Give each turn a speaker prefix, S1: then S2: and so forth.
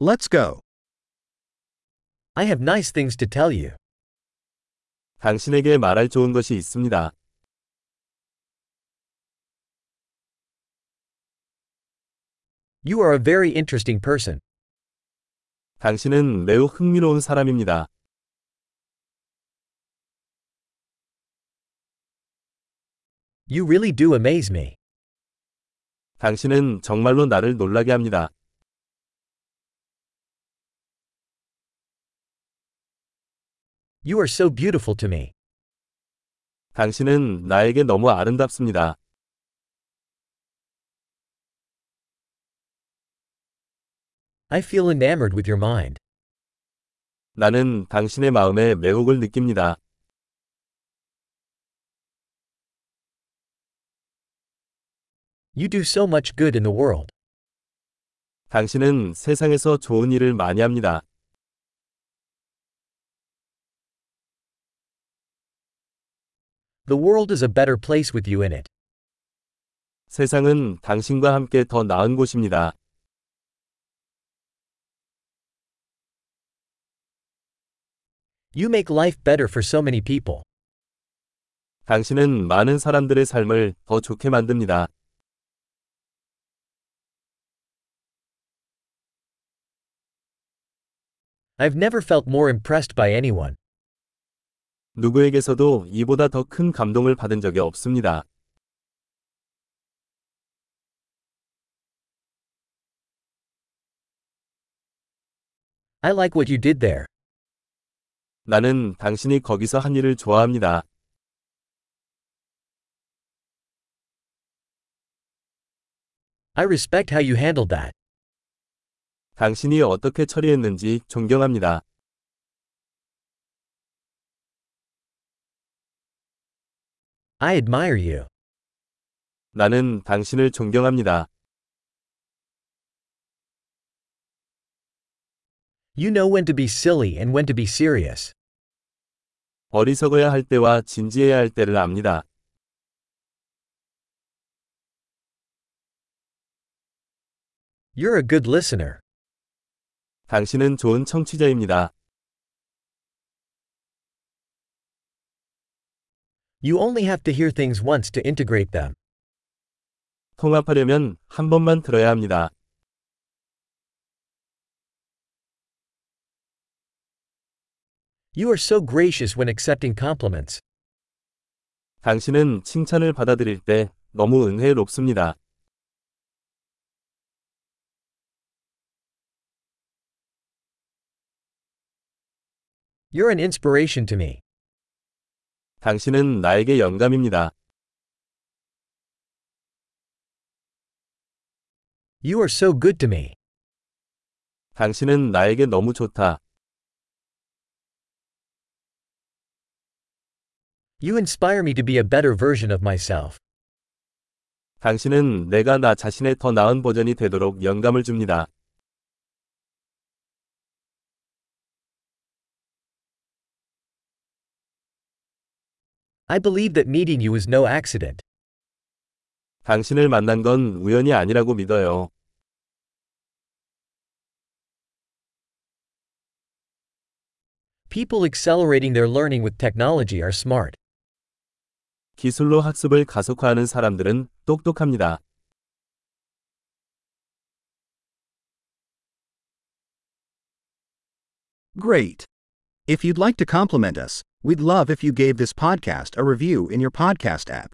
S1: Let's go.
S2: I have nice things to tell you.
S3: 당신에게 말할 좋은 것이 있습니다.
S2: You are a very interesting person.
S3: 당신은 매우 흥미로운 사람입니다.
S2: You really do amaze me.
S3: 당신은 정말로 나를 놀라게 합니다.
S2: You are so beautiful to me.
S3: 당신은 나에게 너무 아름답습니다.
S2: I feel enamored with your mind.
S3: 나는 당신의 마음에 매혹을 느낍니다.
S2: You do so much good in the world.
S3: 당신은 세상에서 좋은 일을 많이 합니다.
S2: The world is a better place with you in it.
S3: 세상은 당신과 함께 더 나은 곳입니다.
S2: You make life better for so many people.
S3: 당신은 많은 사람들의 삶을 더 좋게 만듭니다.
S2: I've never felt more impressed by anyone.
S3: 누구에게서도 이보다 더 큰 감동을 받은 적이 없습니다.
S2: I like what you did there.
S3: 나는 당신이 거기서 한 일을 좋아합니다.
S2: I respect how you handled that.
S3: 당신이 어떻게 처리했는지 존경합니다.
S2: I admire you.
S3: 나는 당신을 존경합니다.
S2: You know when to be silly and when to be serious.
S3: 어리석어야 할 때와 진지해야 할 때를 압니다.
S2: You're a good listener.
S3: 당신은 좋은 청취자입니다.
S2: You only have to hear things once to integrate them.
S3: 통합하려면 한 번만 들어야 합니다.
S2: You are so gracious when accepting compliments.
S3: 당신은 칭찬을 받아들일 때 너무 은혜롭습니다.
S2: You're an inspiration to me.
S3: 당신은 나에게 영감입니다.
S2: You are so good to me.
S3: 당신은 나에게 너무 좋다.
S2: You inspire me to be a better version of myself.
S3: 당신은 내가 나 자신의 더 나은 버전이 되도록 영감을 줍니다.
S2: I believe that meeting you is no accident.
S3: 당신을 만난 건 우연이 아니라고 믿어요.
S2: People accelerating their learning with technology are smart.
S3: 기술로 학습을 가속화하는 사람들은 똑똑합니다.
S1: Great. If you'd like to compliment us, we'd love if you gave this podcast a review in your podcast app.